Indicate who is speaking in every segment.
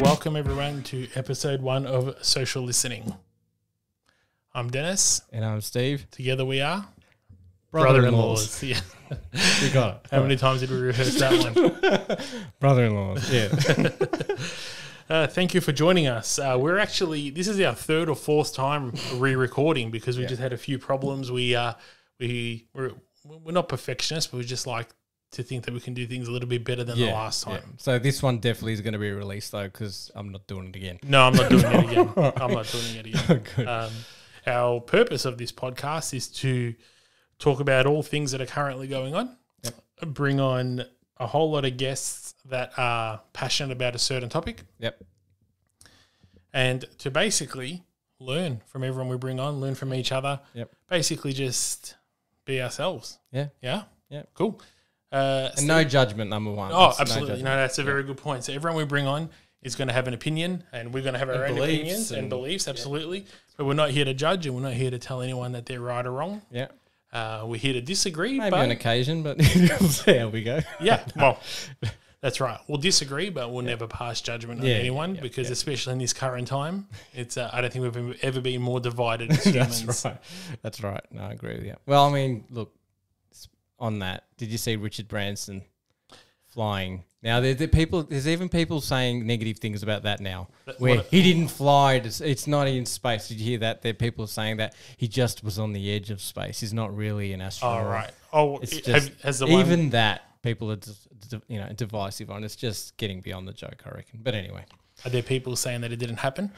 Speaker 1: Welcome everyone to episode one of Social Listening. I'm Dennis.
Speaker 2: And I'm Steve.
Speaker 1: Together we are
Speaker 2: Brother-in-laws.
Speaker 1: Yeah.
Speaker 2: We got
Speaker 1: How many times did we rehearse that one?
Speaker 2: brother-in-laws. Yeah.
Speaker 1: Uh, thank you for joining us. Uh, we're actually this is our third or fourth time re-recording because we just had a few problems. We uh, we we're, we're not perfectionists, but we just like to think that we can do things a little bit better than the
Speaker 2: Yeah,
Speaker 1: last time.
Speaker 2: yeah. So this one definitely is going to be released though, because I'm not doing it again.
Speaker 1: No, I'm not doing it again. I'm not doing it again.
Speaker 2: Good.
Speaker 1: Um, our purpose of this podcast is to talk about all things that are currently going on, bring on a whole lot of guests that are passionate about a certain topic,
Speaker 2: yep.
Speaker 1: and to basically learn from everyone we bring on, learn from each other,
Speaker 2: Yep.
Speaker 1: basically just be ourselves.
Speaker 2: Yeah.
Speaker 1: Yeah.
Speaker 2: Yeah.
Speaker 1: Cool. Uh,
Speaker 2: And no judgment, number one.
Speaker 1: Oh,
Speaker 2: It's no
Speaker 1: absolutely.
Speaker 2: judgment.
Speaker 1: No, that's a very good point. So everyone we bring on is going to have an opinion, and we're going to have our
Speaker 2: And
Speaker 1: own
Speaker 2: beliefs
Speaker 1: opinions and,
Speaker 2: and-
Speaker 1: beliefs. Absolutely, but we're not here to judge, and we're not here to tell anyone that they're right or wrong.
Speaker 2: Yeah.
Speaker 1: Uh, we're here to disagree,
Speaker 2: Maybe
Speaker 1: but
Speaker 2: on occasion, but we'll see how we go.
Speaker 1: yeah, well, that's right. We'll disagree, but we'll never pass judgment on
Speaker 2: Yeah, yeah,
Speaker 1: anyone
Speaker 2: yeah,
Speaker 1: because,
Speaker 2: yeah.
Speaker 1: especially in this current time, it's uh, I don't think we've ever been more divided as humans.
Speaker 2: That's right. That's right. No, I agree with you. Well, I mean, look, s- on that, did you see Richard Branson flying? Now, there, there people, there's even people saying negative things about that now, where
Speaker 1: what-
Speaker 2: he didn't fly. to s- It's not in space. Did you hear that? There are people saying that he just was on the edge of space. He's not really an astronaut.
Speaker 1: All right. Oh,
Speaker 2: It's
Speaker 1: it-
Speaker 2: just
Speaker 1: have- has the
Speaker 2: even
Speaker 1: one,
Speaker 2: that people are, dis- d- you know, divisive on. It's just getting beyond the joke, I reckon. But anyway,
Speaker 1: are there people saying that it didn't happen?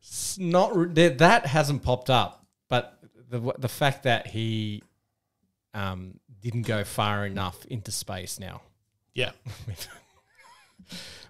Speaker 2: it's not re- that that hasn't popped up, but the the fact that he um, didn't go far enough into space now,
Speaker 1: Yeah.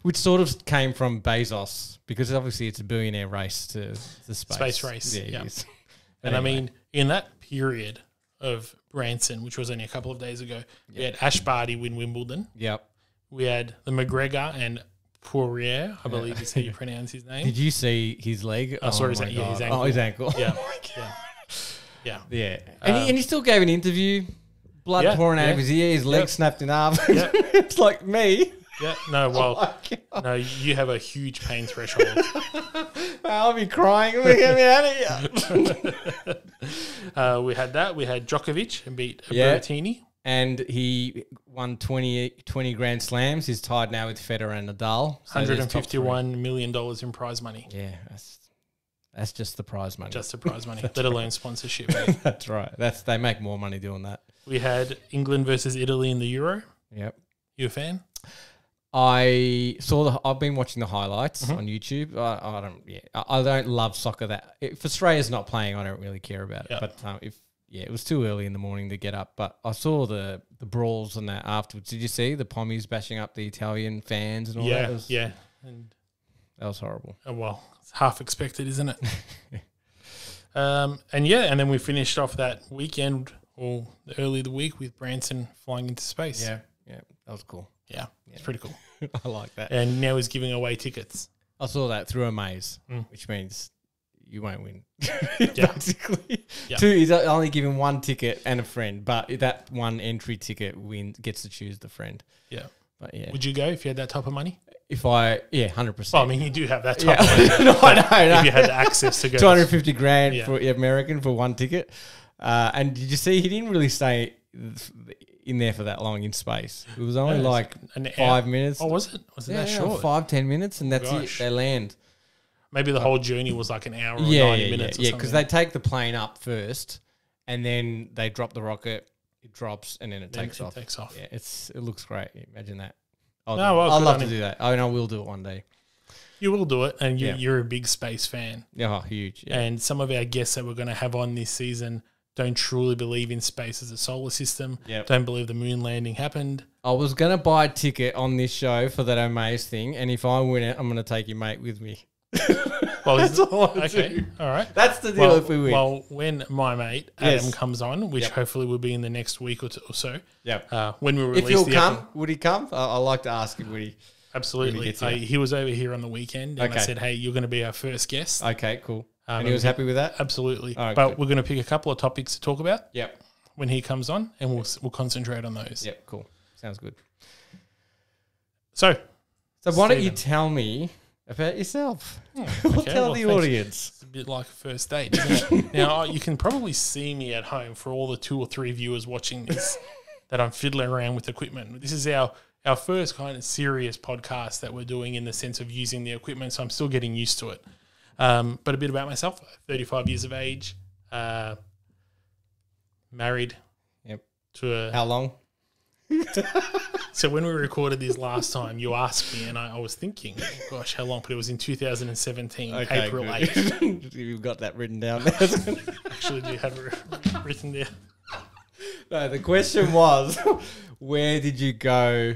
Speaker 2: which sort of came from Bezos, because obviously it's a billionaire race to the space,
Speaker 1: Space race,
Speaker 2: Yeah, it
Speaker 1: yeah.
Speaker 2: is.
Speaker 1: And I mean, in that period of Branson, which was only a couple of days ago, we had Ash Barty win Wimbledon.
Speaker 2: yep.
Speaker 1: We had the McGregor and Poirier, I believe is how you pronounce his name.
Speaker 2: Did you see his leg? I
Speaker 1: saw his- yeah, his
Speaker 2: Oh, his ankle.
Speaker 1: yeah. yeah. Yeah.
Speaker 2: Yeah. And, he, and he still gave an interview, blood
Speaker 1: Yeah,
Speaker 2: pouring out
Speaker 1: yeah.
Speaker 2: of his ear, his leg
Speaker 1: Yep.
Speaker 2: snapped in half.
Speaker 1: Yep.
Speaker 2: it's like me.
Speaker 1: Yeah.
Speaker 2: Oh
Speaker 1: No, well,
Speaker 2: Like,
Speaker 1: no, you have a huge pain threshold.
Speaker 2: I'll be crying. Get me out of here.
Speaker 1: Uh, we had that. We had Djokovic and beat
Speaker 2: Yeah.
Speaker 1: Berrettini.
Speaker 2: and he won 20, 20 Grand Slams. He's tied now with Federer and Nadal. So there's top
Speaker 1: $151 million in prize money.
Speaker 2: three. Yeah, that's, that's just the prize money.
Speaker 1: Just the prize money, let alone sponsorship.
Speaker 2: that's right. That's They make more money doing that.
Speaker 1: we had England versus Italy in the Euro.
Speaker 2: Yep.
Speaker 1: You a fan?
Speaker 2: I saw the. I've been watching the highlights
Speaker 1: Mm-hmm.
Speaker 2: on YouTube. I, I don't. Yeah, I, I don't love soccer. That if Australia's not playing, I don't really care about it.
Speaker 1: Yeah.
Speaker 2: But um, if yeah, it was too early in the morning to get up. But I saw the the brawls and that afterwards. Did you see the pommies bashing up the Italian fans and all Oh, that?
Speaker 1: yeah.
Speaker 2: That was,
Speaker 1: yeah. And
Speaker 2: that was horrible.
Speaker 1: Oh, well, it's half expected, isn't it? um, and yeah, and then we finished off that weekend or the early the week with Branson flying into space.
Speaker 2: yeah, that was cool.
Speaker 1: yeah, it's pretty cool.
Speaker 2: I like that.
Speaker 1: And now he's giving away tickets.
Speaker 2: I saw that through a maze,
Speaker 1: Mm.
Speaker 2: which means you won't win. Basically,
Speaker 1: Yeah.
Speaker 2: two. He's only given one ticket and a friend, but that one entry ticket win gets to choose the friend.
Speaker 1: Yeah,
Speaker 2: But yeah,
Speaker 1: would you go if you had that type of money?
Speaker 2: if I yeah, hundred
Speaker 1: Well, I
Speaker 2: percent.
Speaker 1: mean, you do have that
Speaker 2: Yeah,
Speaker 1: type of money.
Speaker 2: no, I know.
Speaker 1: If you had the access to go,
Speaker 2: Two hundred fifty grand
Speaker 1: Yeah.
Speaker 2: for American for one ticket. Uh, and did you see he didn't really stay in there for that long in space? It was only
Speaker 1: it's
Speaker 2: like
Speaker 1: an hour.
Speaker 2: five minutes.
Speaker 1: Oh, was it? Was it
Speaker 2: yeah,
Speaker 1: that short?
Speaker 2: five ten minutes, and that's
Speaker 1: Gosh.
Speaker 2: it. They land.
Speaker 1: Maybe the whole journey was like an hour or
Speaker 2: yeah,
Speaker 1: ninety
Speaker 2: yeah,
Speaker 1: minutes.
Speaker 2: Yeah,
Speaker 1: or
Speaker 2: because
Speaker 1: something.
Speaker 2: they take the plane up first, and then they drop the rocket. It drops, and then it
Speaker 1: Then
Speaker 2: takes
Speaker 1: it
Speaker 2: off.
Speaker 1: takes off.
Speaker 2: Yeah, it's it looks great. Imagine that. I'll,
Speaker 1: No, well,
Speaker 2: I'd
Speaker 1: good
Speaker 2: love
Speaker 1: on
Speaker 2: to
Speaker 1: him.
Speaker 2: do that. Oh, I mean, I will do it one day.
Speaker 1: You will do it, and you,
Speaker 2: Yeah.
Speaker 1: you're a big space fan.
Speaker 2: Yeah, oh, huge. Yeah.
Speaker 1: And some of our guests that we're going to have on this season don't truly believe in space as a solar system.
Speaker 2: Yep.
Speaker 1: Don't believe the moon landing happened.
Speaker 2: I was gonna buy a ticket on this show for that Omaze thing, and if I win it, I'm gonna take your mate with me.
Speaker 1: Well,
Speaker 2: That's all I
Speaker 1: okay,
Speaker 2: do.
Speaker 1: all right.
Speaker 2: That's the deal
Speaker 1: Well,
Speaker 2: if we win.
Speaker 1: well, when my mate Adam
Speaker 2: Yes.
Speaker 1: comes on, which
Speaker 2: Yep.
Speaker 1: hopefully will be in the next week or, two or so,
Speaker 2: yep.
Speaker 1: uh, when we release
Speaker 2: If he'll
Speaker 1: the
Speaker 2: come,
Speaker 1: epi-
Speaker 2: would he come? I, I like to ask him. Would he?
Speaker 1: absolutely.
Speaker 2: gets
Speaker 1: I,
Speaker 2: here.
Speaker 1: he was over here on the weekend, and I
Speaker 2: Okay. Oh.
Speaker 1: said, "Hey, you're going to be our first guest."
Speaker 2: Okay, cool.
Speaker 1: Um,
Speaker 2: and he was happy with that.
Speaker 1: absolutely.
Speaker 2: All right,
Speaker 1: but
Speaker 2: good.
Speaker 1: we're going to pick a couple of topics to talk about
Speaker 2: Yep.
Speaker 1: when he comes on, and we'll s- we'll concentrate on those.
Speaker 2: Yep. Cool. Sounds good.
Speaker 1: So,
Speaker 2: So why don't you
Speaker 1: Stephen.
Speaker 2: tell me about yourself?
Speaker 1: okay,
Speaker 2: we'll tell
Speaker 1: well,
Speaker 2: the
Speaker 1: thanks.
Speaker 2: audience.
Speaker 1: It's a bit like a first date. Isn't it? now you can probably see me at home for all the two or three viewers watching this that I'm fiddling around with equipment. This is our our first kind of serious podcast that we're doing in the sense of using the equipment, so I'm still getting used to it. Um, but a bit about myself: 35 years of age, uh, married
Speaker 2: Yep.
Speaker 1: to a
Speaker 2: How long?
Speaker 1: So when we recorded this last time, you asked me, and I, I was thinking, gosh, how long? But it was in 2017, April 8th.
Speaker 2: eighth. You've got that written down. there.
Speaker 1: Actually, do you have it written there?
Speaker 2: no, the question was, where did you go?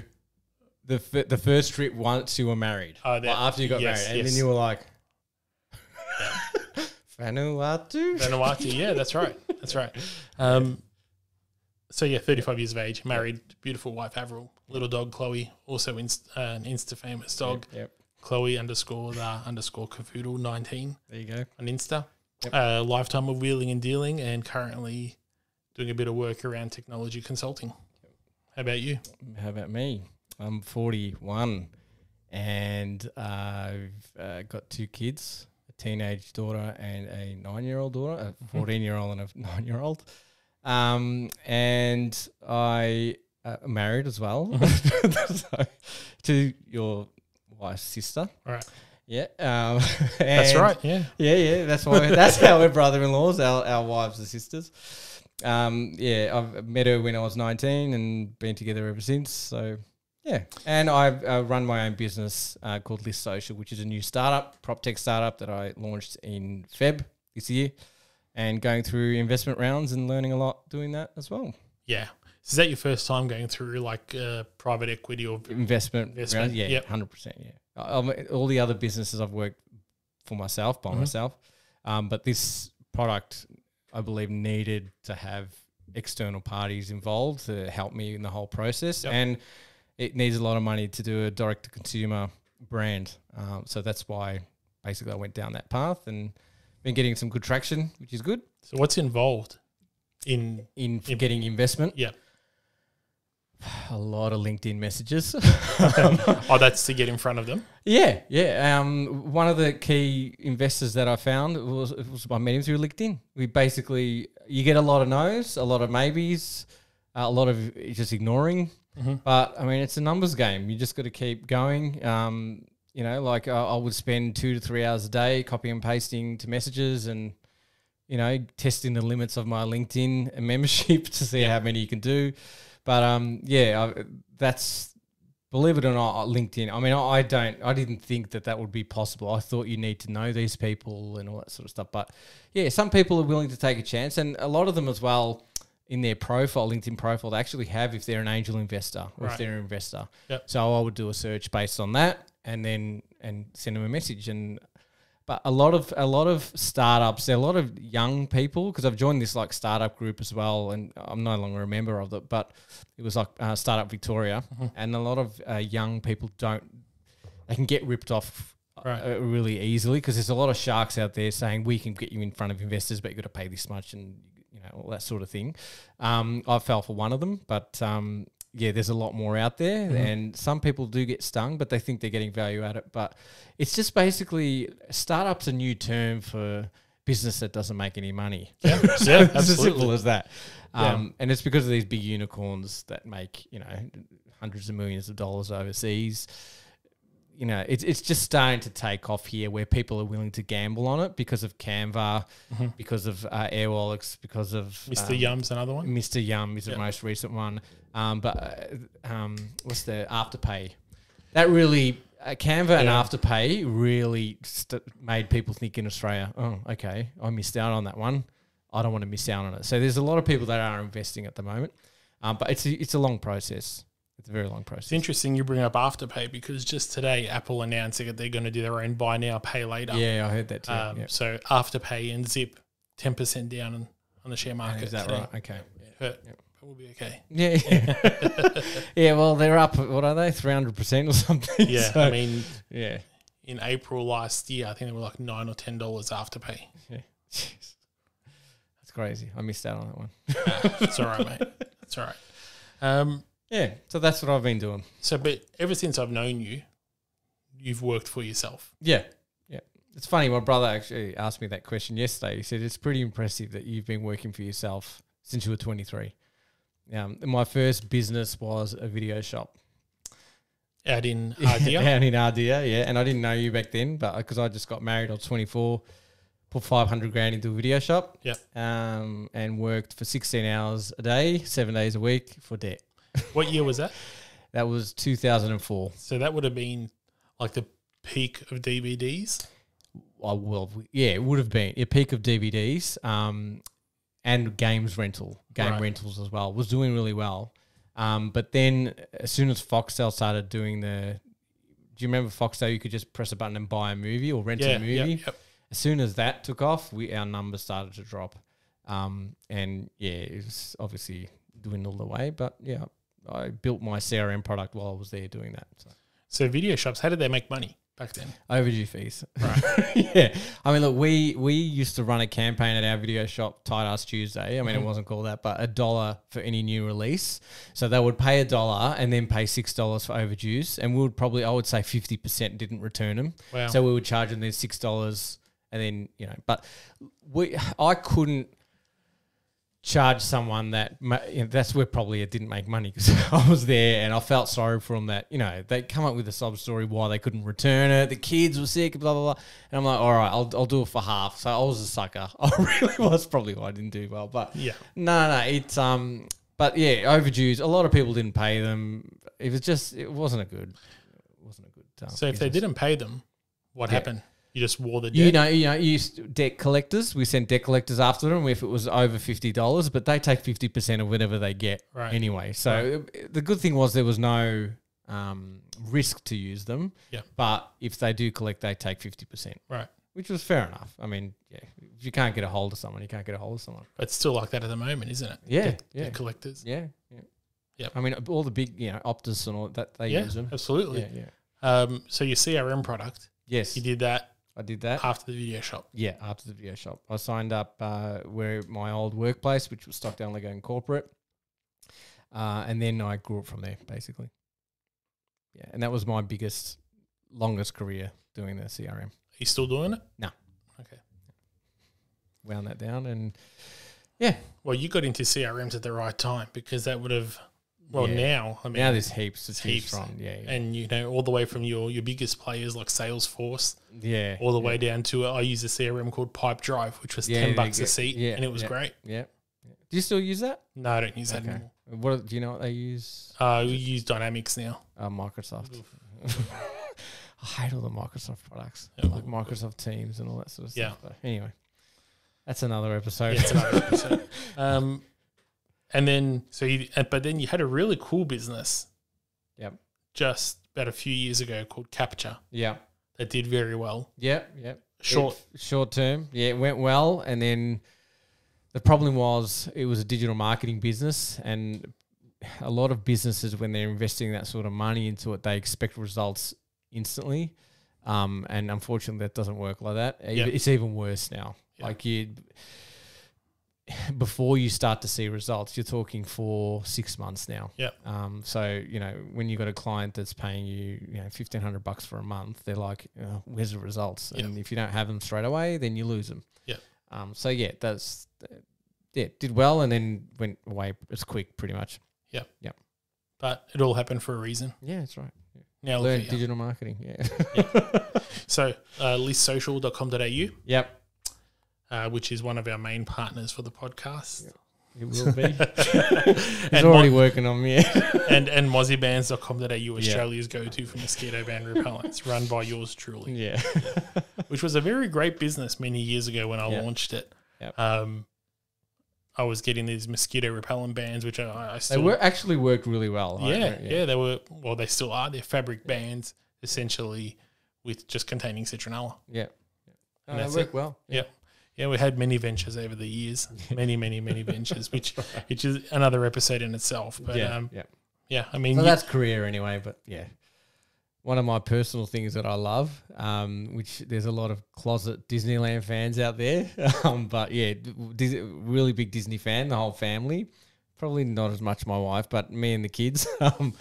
Speaker 2: The, f- the first trip once you were married,
Speaker 1: Oh, that-
Speaker 2: Well, after you got
Speaker 1: yes,
Speaker 2: married, and
Speaker 1: yes.
Speaker 2: then you were like, Vanuatu.
Speaker 1: Vanuatu. Yeah, that's right. That's right. Um, so yeah, 35 years of age, married, beautiful wife Avril, little dog Chloe, also inst- uh, an Insta famous dog,
Speaker 2: Yep,
Speaker 1: Chloe underscore the underscore Cavoodle 19
Speaker 2: there you go.
Speaker 1: on Insta. Uh, lifetime of wheeling and dealing, and currently doing a bit of work around technology consulting. How about you?
Speaker 2: How about me? I'm 41 and I've uh, got two kids a teenage daughter and a nine year old daughter,
Speaker 1: Mm-hmm.
Speaker 2: a 14 year old and a nine year old. Um, and I uh, am married as well
Speaker 1: Mm-hmm.
Speaker 2: So, to your wife's sister.
Speaker 1: All right.
Speaker 2: Yeah. Um,
Speaker 1: That's
Speaker 2: and-
Speaker 1: right. Yeah.
Speaker 2: Yeah, yeah, that's why. That's how we're brother-in-laws. Our our wives and sisters. Um, yeah, I've met her when I was nineteen and been together ever since. So, yeah, and I uh, run my own business uh, called List Social, which is a new startup, prop tech startup that I launched in Feb this year, and going through investment rounds and learning a lot doing that as well.
Speaker 1: Yeah. So is that your first time going through like uh, private equity or
Speaker 2: investment,
Speaker 1: Investment,
Speaker 2: round, yeah,
Speaker 1: yep.
Speaker 2: hundred percent, yeah. I- I'm- all the other businesses I've worked for myself
Speaker 1: Mm-hmm.
Speaker 2: by myself, um, but this product I believe needed to have external parties involved to help me in the whole process,
Speaker 1: Yep.
Speaker 2: and it needs a lot of money to do a direct to consumer brand. Um, so that's why basically I went down that path and been getting some good traction, which is good
Speaker 1: so what's involved in
Speaker 2: in getting investment.
Speaker 1: yeah.
Speaker 2: A lot of LinkedIn messages.
Speaker 1: Oh, that's to get in front of them.
Speaker 2: Yeah, yeah. Um, one of the key investors that I found was, was I met him through LinkedIn. We basically you get a lot of no's, a lot of maybes, uh, a lot of just ignoring. But I mean, it's a numbers game. You just got to keep going. Um, you know, like I, I would spend two to three hours a day copy and pasting to messages and you know, testing the limits of my LinkedIn membership to see how many you can do. But um, yeah, I, that's believe it or not, uh, LinkedIn. I mean, I, I don't, I didn't think that that would be possible. I thought you need to know these people and all that sort of stuff. But yeah, some people are willing to take a chance, and a lot of them as well in their profile, LinkedIn profile, they actually have if they're an angel investor or
Speaker 1: Right.
Speaker 2: if they're an investor.
Speaker 1: Yep.
Speaker 2: So I would do a search based on that, and then and send them a message and but a lot of a lot of startups, a lot of young people, because I've joined this like startup group as well, and I'm no longer a member of it, but it was like uh, Startup Victoria, and a lot of uh, young people don't they can get ripped off uh,
Speaker 1: Right.
Speaker 2: uh, really easily because there's a lot of sharks out there saying we can get you in front of investors, but you got to pay this much and you know all that sort of thing. Um, I fell for one of them, but um, yeah, there's a lot more out there, and some people do get stung, but they think they're getting value out of it. But it's just basically startups a new term for business that doesn't make any money.
Speaker 1: Yeah. Yeah.
Speaker 2: It's as
Speaker 1: absolutely.
Speaker 2: simple as that.
Speaker 1: Yeah.
Speaker 2: Um, And it's because of these big unicorns that make, you know, hundreds of millions of dollars overseas. You know, it's, it's just starting to take off here where people are willing to gamble on it because of Canva, because of uh, Airwallex, because of
Speaker 1: Mm-hmm. Mr.
Speaker 2: um,
Speaker 1: Yum's another one.
Speaker 2: Mr. Yum is the most recent one. Um, but uh, um, what's the Afterpay? That really uh, Canva and
Speaker 1: Yeah.
Speaker 2: Afterpay really st- made people think in Australia. Oh, okay, I missed out on that one. I don't want to miss out on it. So there's a lot of people that are investing at the moment, um, but it's a, it's a long process. It's a very long
Speaker 1: It's
Speaker 2: process.
Speaker 1: interesting you bring up Afterpay because just today Apple announced that they're going to do their own buy now, pay later.
Speaker 2: Yeah, I heard that too.
Speaker 1: Um,
Speaker 2: yeah.
Speaker 1: So Afterpay and Zip, 10% down on, on the share market.
Speaker 2: Is that
Speaker 1: today.
Speaker 2: right? Okay.
Speaker 1: Hurt, but we'll be okay.
Speaker 2: Yeah, yeah. yeah. Well, they're up. What are they? Three hundred percent or something.
Speaker 1: Yeah.
Speaker 2: So,
Speaker 1: I mean,
Speaker 2: yeah.
Speaker 1: in April last year, I think they were like nine or ten dollars Afterpay.
Speaker 2: Yeah. Jeez. That's crazy. I missed out on that one.
Speaker 1: It's all right, mate. It's all right. Um,
Speaker 2: Yeah. So that's what I've been doing.
Speaker 1: so, but ever since I've known you, you've worked for yourself.
Speaker 2: Yeah. Yeah. It's funny. My brother actually asked me that question yesterday. He said, It's pretty impressive that you've been working for yourself since you were 23. Um, and my first business was a video shop
Speaker 1: Out in Ardea.
Speaker 2: down in Ardea. Yeah. And I didn't know you back then, but because I just got married, I was 24, put 500 grand into a video shop.
Speaker 1: Yep.
Speaker 2: Um, and worked for 16 hours a day, seven days a week for debt.
Speaker 1: What year was that?
Speaker 2: That was 2004.
Speaker 1: So that would have been like the peak of DVDs.
Speaker 2: I well, yeah, it would have been a peak of DVDs, um, and games rental, game
Speaker 1: Right.
Speaker 2: rentals as well was doing really well. Um, but then as soon as Foxtel started doing the, do you remember Foxtel? You could just press a button and buy a movie or rent
Speaker 1: Yeah,
Speaker 2: a movie.
Speaker 1: yeah, yeah.
Speaker 2: As soon as that took off, we our numbers started to drop, um, and yeah, it was obviously dwindled away. But yeah, I built my CRM product while I was there doing that. So.
Speaker 1: So video shops, how did they make money back then?
Speaker 2: Overdue fees. yeah. I mean, look, we we used to run a campaign at our video shop, Tight Ass Tuesday. I mean, it wasn't called that, but a dollar for any new release. So they would pay a dollar and then pay six dollars for overdues, and we would probably, I would say, fifty percent didn't return them.
Speaker 1: Wow.
Speaker 2: So we would charge them their six dollars, and then you know, but we, I couldn't charge someone that ma- you know, that's where probably it didn't make money because I was there and I felt sorry for them that you know they come up with a sob story why they couldn't return it the kids were sick blah blah blah and I'm like all right I'll, I'll do it for half so I was a sucker I really was probably why I didn't do well but
Speaker 1: Yeah.
Speaker 2: no no it's um but yeah overdues a lot of people didn't pay them it was just it wasn't a good it wasn't a good um,
Speaker 1: So if they
Speaker 2: business.
Speaker 1: didn't pay them, what happened? You just wore the debt.
Speaker 2: You know, you know, you used debt collectors. We sent debt collectors after them if it was over fifty dollars, but they take fifty percent of whatever they get
Speaker 1: Right.
Speaker 2: anyway. So the good thing was there was no um, risk to use them.
Speaker 1: Yeah.
Speaker 2: But if they do collect, they take fifty percent,
Speaker 1: right.
Speaker 2: which was fair enough. I mean, yeah, if you can't get a hold of someone, you can't get a hold of someone.
Speaker 1: But it's still like that at the moment, isn't it?
Speaker 2: Yeah,
Speaker 1: Debt-
Speaker 2: yeah.
Speaker 1: debt collectors.
Speaker 2: Yeah. Yeah.
Speaker 1: Yep.
Speaker 2: I mean, all the big, you know, Optus and all that they
Speaker 1: Yeah,
Speaker 2: use them.
Speaker 1: absolutely.
Speaker 2: Yeah. Yeah.
Speaker 1: Um, so your CRM product,
Speaker 2: Yes,
Speaker 1: you did that
Speaker 2: I did that.
Speaker 1: after the video shop.
Speaker 2: Yeah, after the video shop, I signed up uh, where my old workplace, which was Stockdown Lego and Corporate, uh, and then I grew up from there basically. Yeah, and that was my biggest, longest career doing the CRM.
Speaker 1: Are you still doing it?
Speaker 2: Wound that down, and
Speaker 1: Well, you got into CRMs at the right time because that would have, well,
Speaker 2: Yeah.
Speaker 1: now, I mean,
Speaker 2: now there's heaps to
Speaker 1: it's
Speaker 2: choose
Speaker 1: heaps.
Speaker 2: from. Yeah, yeah,
Speaker 1: and you know, all the way from your, your biggest players like Salesforce,
Speaker 2: yeah.
Speaker 1: all the
Speaker 2: yeah,
Speaker 1: way down to I use a CRM called Pipe Drive, which was
Speaker 2: Yeah,
Speaker 1: ten
Speaker 2: yeah,
Speaker 1: bucks
Speaker 2: yeah,
Speaker 1: a seat,
Speaker 2: yeah,
Speaker 1: and it was
Speaker 2: yeah.
Speaker 1: great.
Speaker 2: Yeah. Do you still use that?
Speaker 1: No, I don't use that
Speaker 2: Okay.
Speaker 1: anymore.
Speaker 2: What do you know? What they use
Speaker 1: Uh, we use Dynamics now.
Speaker 2: uh, Microsoft. I hate all the Microsoft products,
Speaker 1: Yeah,
Speaker 2: like
Speaker 1: well,
Speaker 2: Microsoft Teams and all that sort of
Speaker 1: Yeah.
Speaker 2: stuff. But anyway, that's another episode.
Speaker 1: Yeah, it's another episode. Um, and then so you, uh, but then you had a really cool business.
Speaker 2: Yep.
Speaker 1: Just about a few years ago, called Capture,
Speaker 2: yeah,
Speaker 1: that did very well.
Speaker 2: yeah, yeah.
Speaker 1: Short,
Speaker 2: It- short term. Yeah, it went well, and then the problem was it was a digital marketing business, and a lot of businesses when they're investing that sort of money into it, they expect results instantly. Um, and unfortunately, that doesn't work like that. Ev-
Speaker 1: Yeah.
Speaker 2: It's even worse now.
Speaker 1: Yeah.
Speaker 2: Like you, before you start to see results, you're talking for six months now.
Speaker 1: Yeah.
Speaker 2: Um. So you know when you have got a client that's paying you, you know, fifteen hundred bucks for a month, they're like, "Uh, "Where's the results?"
Speaker 1: Yeah.
Speaker 2: And if you don't have them straight away, then you lose them.
Speaker 1: Yeah.
Speaker 2: Um. So yeah, that's uh, yeah did well and then went away as quick, pretty much.
Speaker 1: but it all happened for a reason.
Speaker 2: Yeah, that's right.
Speaker 1: Now look
Speaker 2: Learn
Speaker 1: at you.
Speaker 2: digital marketing. Yeah.
Speaker 1: So uh, listsocial.com.au,
Speaker 2: yep.
Speaker 1: uh, which is one of our main partners for the podcast.
Speaker 2: It will be. He's
Speaker 1: and,
Speaker 2: already
Speaker 1: mo-
Speaker 2: working on me.
Speaker 1: and and mozzibands.com.au, Australia's go-to for mosquito band repellents, run by yours truly,
Speaker 2: yeah.
Speaker 1: which was a very great business many years ago when I
Speaker 2: Yeah.
Speaker 1: launched it.
Speaker 2: Yep.
Speaker 1: Um, I was getting these mosquito repellent bands, which I, I
Speaker 2: They
Speaker 1: still
Speaker 2: were actually worked really well. I
Speaker 1: yeah,
Speaker 2: agree,
Speaker 1: yeah, they were well, they still are. They're fabric bands, essentially, with just containing citronella.
Speaker 2: Yeah.
Speaker 1: And
Speaker 2: No,
Speaker 1: that's
Speaker 2: they
Speaker 1: it.
Speaker 2: worked well.
Speaker 1: Uh, Yeah. Yeah, we had many ventures over the years, many, many, many ventures, which which is another episode in itself. But
Speaker 2: yeah.
Speaker 1: yeah, um,
Speaker 2: yeah.
Speaker 1: yeah I mean,
Speaker 2: So
Speaker 1: you-
Speaker 2: that's career anyway, but yeah. One of my personal things that I love, um, which there's a lot of closet Disneyland fans out there, um, but yeah, d- Dis- really big Disney fan, the whole family. Probably not as much my wife, but me and the kids. Um,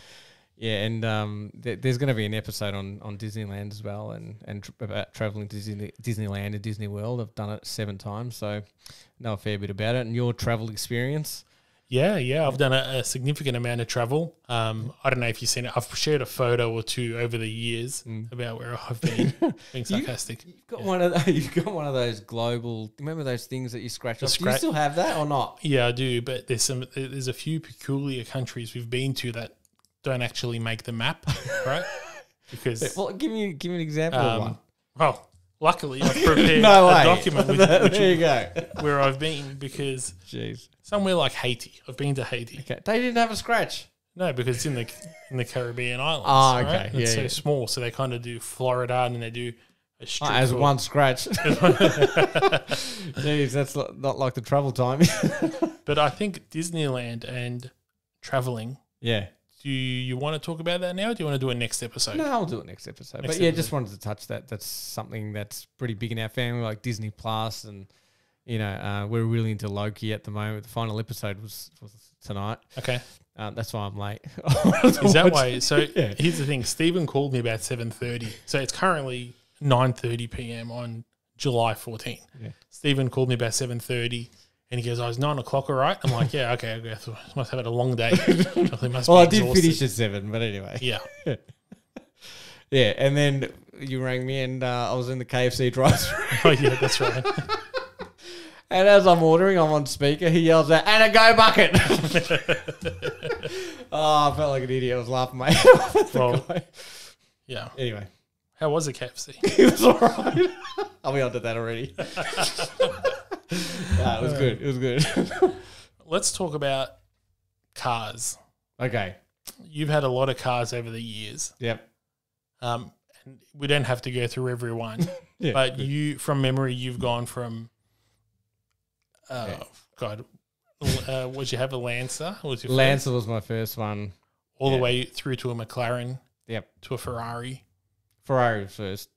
Speaker 2: Yeah, and um, th- there's going to be an episode on, on Disneyland as well, and and tr- about traveling to Disney, Disneyland and Disney World. I've done it seven times, so know a fair bit about it. And your travel experience,
Speaker 1: Yeah, yeah, I've done a, a significant amount of travel. Um, I don't know if you've seen it. I've shared a photo or two over the years
Speaker 2: Mm.
Speaker 1: about where I've been. Being sarcastic.
Speaker 2: you've got one of the, you've got one of those global. Remember those things that you scratch off? Do you
Speaker 1: scratch-
Speaker 2: still have that or not?
Speaker 1: Yeah, I do, but there's some there's a few peculiar countries we've been to that don't actually make the map, right? Because
Speaker 2: Well, give me give me an example of one.
Speaker 1: um, well, luckily I've prepared a
Speaker 2: No way.
Speaker 1: document with, which,
Speaker 2: there you go.
Speaker 1: where I've been because
Speaker 2: Jeez.
Speaker 1: somewhere like Haiti, I've been to Haiti.
Speaker 2: Okay. They didn't have a scratch.
Speaker 1: No, because it's in the in the Caribbean islands.
Speaker 2: Ah,
Speaker 1: right?
Speaker 2: okay.
Speaker 1: And It's
Speaker 2: Yeah,
Speaker 1: so
Speaker 2: yeah.
Speaker 1: small, so they kind of do Florida and then they do a strip
Speaker 2: as
Speaker 1: of-
Speaker 2: one scratch. Jeez, that's lo- not like the travel time.
Speaker 1: But I think Disneyland and traveling.
Speaker 2: yeah.
Speaker 1: Do you want to talk about that now? Or do you want to do a next episode?
Speaker 2: No, I'll do it next episode.
Speaker 1: Next
Speaker 2: but yeah, just wanted to touch that. That's something that's pretty big in our family, like Disney Plus, and you know, uh, we're really into Loki at the moment. The final episode was, was tonight.
Speaker 1: Okay.
Speaker 2: Um, that's why I'm late.
Speaker 1: Is that why? So
Speaker 2: Yeah.
Speaker 1: here's the thing. Stephen called me about seven thirty. So it's currently nine thirty p.m. on July 14.
Speaker 2: Yeah.
Speaker 1: Stephen called me about seven thirty, and he goes, "I was nine o'clock, all right." I'm like, "Yeah, okay, okay. I must have had a long day. I must
Speaker 2: Well, I
Speaker 1: be
Speaker 2: did
Speaker 1: exhausted."
Speaker 2: finish at seven, but anyway,
Speaker 1: Yeah.
Speaker 2: yeah. And then you rang me, and uh, I was in the KFC
Speaker 1: Oh
Speaker 2: drive-thru.
Speaker 1: yeah, that's right.
Speaker 2: And as I'm ordering, I'm on speaker. He yells out, "And a go bucket!" oh, I felt like an idiot. I was laughing my head off. at the
Speaker 1: Well-
Speaker 2: guy.
Speaker 1: Yeah.
Speaker 2: Anyway,
Speaker 1: How was the KFC?
Speaker 2: he was all right. Are we onto that already? nah, it was good. It was good.
Speaker 1: Let's talk about cars.
Speaker 2: okay.
Speaker 1: You've had a lot of cars over the years.
Speaker 2: Yep.
Speaker 1: Um, and we don't have to go through every one,
Speaker 2: Yeah.
Speaker 1: but you, from memory, you've gone from, uh,
Speaker 2: Yeah.
Speaker 1: God, l- uh, would you have a Lancer? Was your first?
Speaker 2: Lancer was my first one.
Speaker 1: all
Speaker 2: yeah.
Speaker 1: the way through to a McLaren
Speaker 2: Yep.
Speaker 1: to a Ferrari?
Speaker 2: Ferrari was first.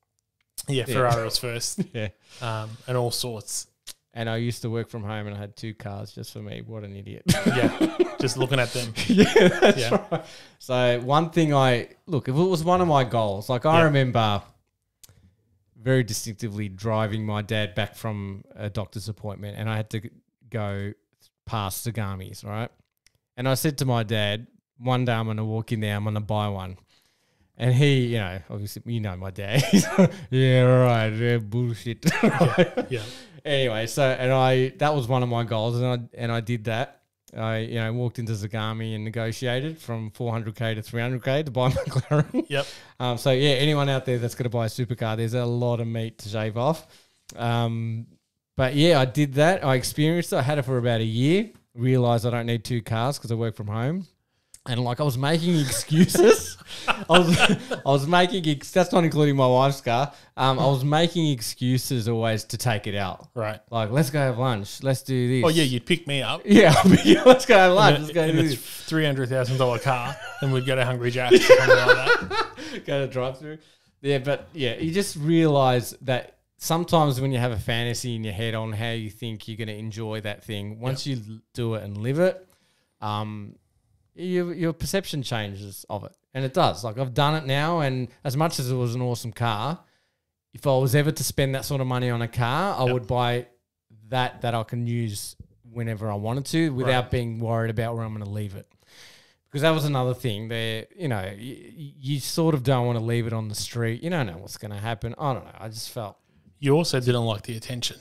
Speaker 1: Yeah,
Speaker 2: Yeah.
Speaker 1: Ferrari was first,
Speaker 2: Yeah.
Speaker 1: um, and all sorts.
Speaker 2: And I used to work from home, and I had two cars just for me. What an idiot.
Speaker 1: Yeah, just looking at them.
Speaker 2: yeah, that's
Speaker 1: Yeah.
Speaker 2: right. So one thing I look, if it was one of my goals, like I
Speaker 1: Yeah.
Speaker 2: remember very distinctively driving my dad back from a doctor's appointment, and I had to g- go past Sagami's, right? And I said to my dad, one day I'm going to walk in there, I'm going to buy one. And he, you know, obviously, you know my dad. He's, yeah, all right, yeah, bullshit. right?
Speaker 1: Yeah,
Speaker 2: anyway, so and I that was one of my goals, and I and I did that. I you know walked into Zagami and negotiated from 400k to 300k to buy McLaren.
Speaker 1: yep.
Speaker 2: Um, so yeah, anyone out there that's going to buy a supercar, there's a lot of meat to shave off. Um, but yeah, I did that. I experienced it. I had it for about a year. Realized I don't need two cars because I work from home. And like I was making excuses, I was I was making ex- that's not including my wife's car. Um, I was making excuses always to take it out.
Speaker 1: Right.
Speaker 2: Like let's go have lunch. Let's do this.
Speaker 1: Oh yeah, you'd pick me up.
Speaker 2: yeah. I'll be- let's go have lunch.
Speaker 1: in
Speaker 2: Let's go do
Speaker 1: this
Speaker 2: this.
Speaker 1: three hundred thousand dollar car, and we'd go to Hungry Jack's. or something like that.
Speaker 2: go to drive through. Yeah, but yeah, you just realize that sometimes when you have a fantasy in your head on how you think you're going to enjoy that thing, once you l- do it and live it, um, your your perception changes of it, and it does. Like I've done it now, and as much as it was an awesome car, if I was ever to spend that sort of money on a car, I would buy that that I can use whenever I wanted to without being worried about where I'm going to leave it. Because that was another thing there, you know, you, you sort of don't want to leave it on the street. You don't know what's going to happen. I don't know. I just felt,
Speaker 1: You also didn't like the attention.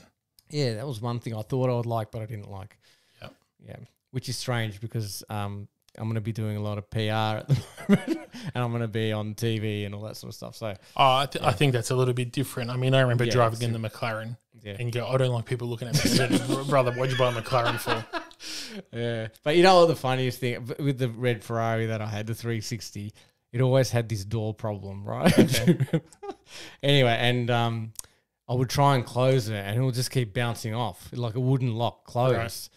Speaker 2: yeah, that was one thing I thought I would like, but I didn't like.
Speaker 1: Yep.
Speaker 2: Yeah. Which is strange because um, I'm going to be doing a lot of PR at the moment and I'm going to be on TV and all that sort of stuff. So,
Speaker 1: Oh, I, th- I think that's a little bit different. I mean, I remember
Speaker 2: Yeah,
Speaker 1: driving in the McLaren
Speaker 2: Yeah.
Speaker 1: and you go, I don't like people looking at me. I said, Brother, what'd you buy a McLaren for?
Speaker 2: Yeah. But you know what the funniest thing with the red Ferrari that I had, the 360, it always had this door problem, right? anyway, and um, I would try and close it and it would just keep bouncing off. Like it wouldn't lock closed.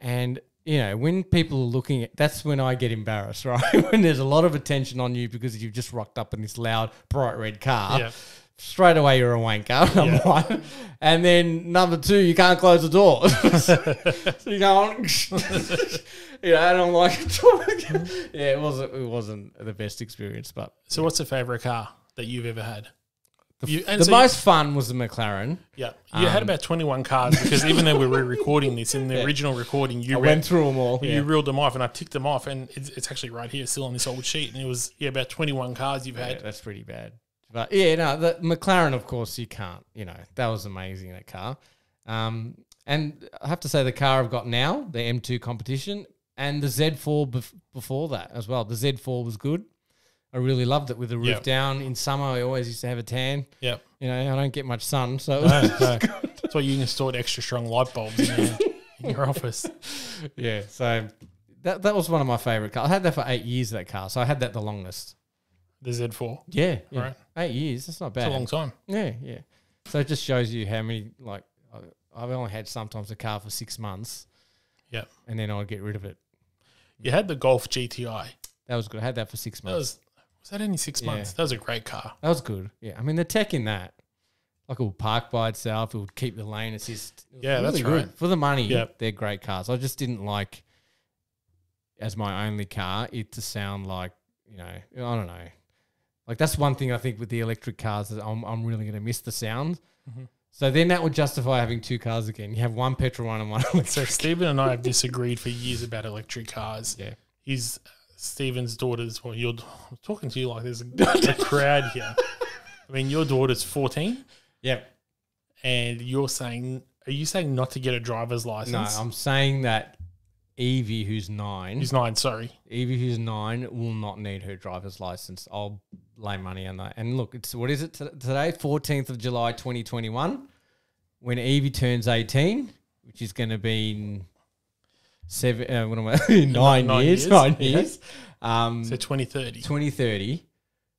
Speaker 2: And you know, when people are looking at that's when I get embarrassed, right? when there's a lot of attention on you because you've just rocked up in this loud, bright red car.
Speaker 1: Yeah.
Speaker 2: straight away you're a wanker, number
Speaker 1: Yeah.
Speaker 2: one. And then number two, you can't close the door. so you go on, you know, and I'm like, yeah, it wasn't, it wasn't the best experience, but
Speaker 1: So, what's your favorite car that you've ever had?
Speaker 2: the,
Speaker 1: You- and
Speaker 2: the Um,
Speaker 1: so you-
Speaker 2: most fun was the McLaren.
Speaker 1: Yeah, you had about twenty-one cars because even though we were recording this in the original recording, you
Speaker 2: I
Speaker 1: read,
Speaker 2: went through them all.
Speaker 1: you reeled them off, and I ticked them off, and it's, it's actually right here, still on this old sheet, and it was yeah about twenty-one cars you've
Speaker 2: Yeah,
Speaker 1: had.
Speaker 2: that's pretty bad. But yeah, no, the McLaren, of course, you can't. You know, that was amazing that car. Um, and I have to say, the car I've got now, the M2 competition, and the Z4 bef- before that as well. The Z4 was good. I really loved it with the roof
Speaker 1: Yeah.
Speaker 2: down. In summer, I always used to have a tan.
Speaker 1: Yeah,
Speaker 2: You know, I don't get much sun, so
Speaker 1: that's why you installed extra strong light bulbs in your, in your office.
Speaker 2: yeah. So that that was one of my favorite cars. I had that for eight years. That car, so I had that the longest.
Speaker 1: The Z four,
Speaker 2: Yeah, yeah.
Speaker 1: Right.
Speaker 2: eight years. That's not bad.
Speaker 1: it's a long time.
Speaker 2: Yeah, yeah. So it just shows you how many like I- I've only had sometimes a car for six months,
Speaker 1: Yeah,
Speaker 2: and then I'd get rid of it.
Speaker 1: you had the Golf GTI.
Speaker 2: That was good. I had that for six
Speaker 1: That
Speaker 2: months.
Speaker 1: was was that only six months? That was a great car.
Speaker 2: That was good. Yeah, I mean the tech in that, like it would park by itself. It would keep the lane assist. It was
Speaker 1: Yeah, that's right.
Speaker 2: For the money,
Speaker 1: Yep.
Speaker 2: they're great cars. I just didn't like as my only car it to sound like you know I don't know. Like that's one thing I think with the electric cars is I'm I'm really gonna miss the sound.
Speaker 1: Mm-hmm.
Speaker 2: So then that would justify having two cars again. You have one petrol one and one
Speaker 1: So
Speaker 2: electric.
Speaker 1: Stephen and I have disagreed for years about electric cars.
Speaker 2: Yeah.
Speaker 1: His Stephen's daughter's. Well, your I'm talking to you like there's a, a crowd here. I mean, your daughter's 14,
Speaker 2: Yeah.
Speaker 1: and you're saying, are you saying not to get a driver's
Speaker 2: No,
Speaker 1: license?
Speaker 2: I'm saying that Evie, who's nine,
Speaker 1: He's nine. Sorry.
Speaker 2: Evie, who's nine, will not need her driver's license. I'll lay money on that. And look, it's what is it to- today? 14th of July, 2021. When Evie turns 18, which is going to be in seven, uh, what am I, nine,
Speaker 1: nine
Speaker 2: years,
Speaker 1: years,
Speaker 2: nine
Speaker 1: yeah.
Speaker 2: years, um,
Speaker 1: So 2030.
Speaker 2: 2030.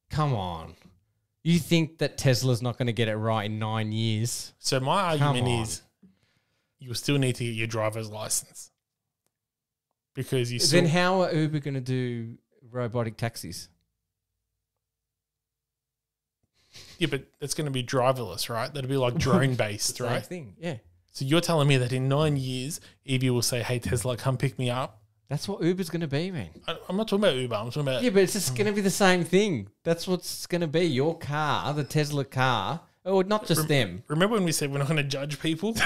Speaker 2: Come on. You think that Tesla's not going to get it right in nine years?
Speaker 1: So my
Speaker 2: Come
Speaker 1: argument
Speaker 2: on.
Speaker 1: is, you still need to get your driver's license because you
Speaker 2: then
Speaker 1: still.
Speaker 2: how are Uber going to do robotic taxis?
Speaker 1: Yeah, but that's going to be driverless, right? That'll be like drone based,
Speaker 2: Same
Speaker 1: right?
Speaker 2: thing. Yeah.
Speaker 1: So you're telling me that in nine years, Evie will say, "Hey Tesla, come pick me up."
Speaker 2: That's what Uber's going to be, man.
Speaker 1: I- I'm not talking about Uber. I'm talking about
Speaker 2: Yeah, but it's just going to be the same thing. That's what's going to be your car, the Tesla car. Oh, not just them.
Speaker 1: Remember when we said we're not going to judge people?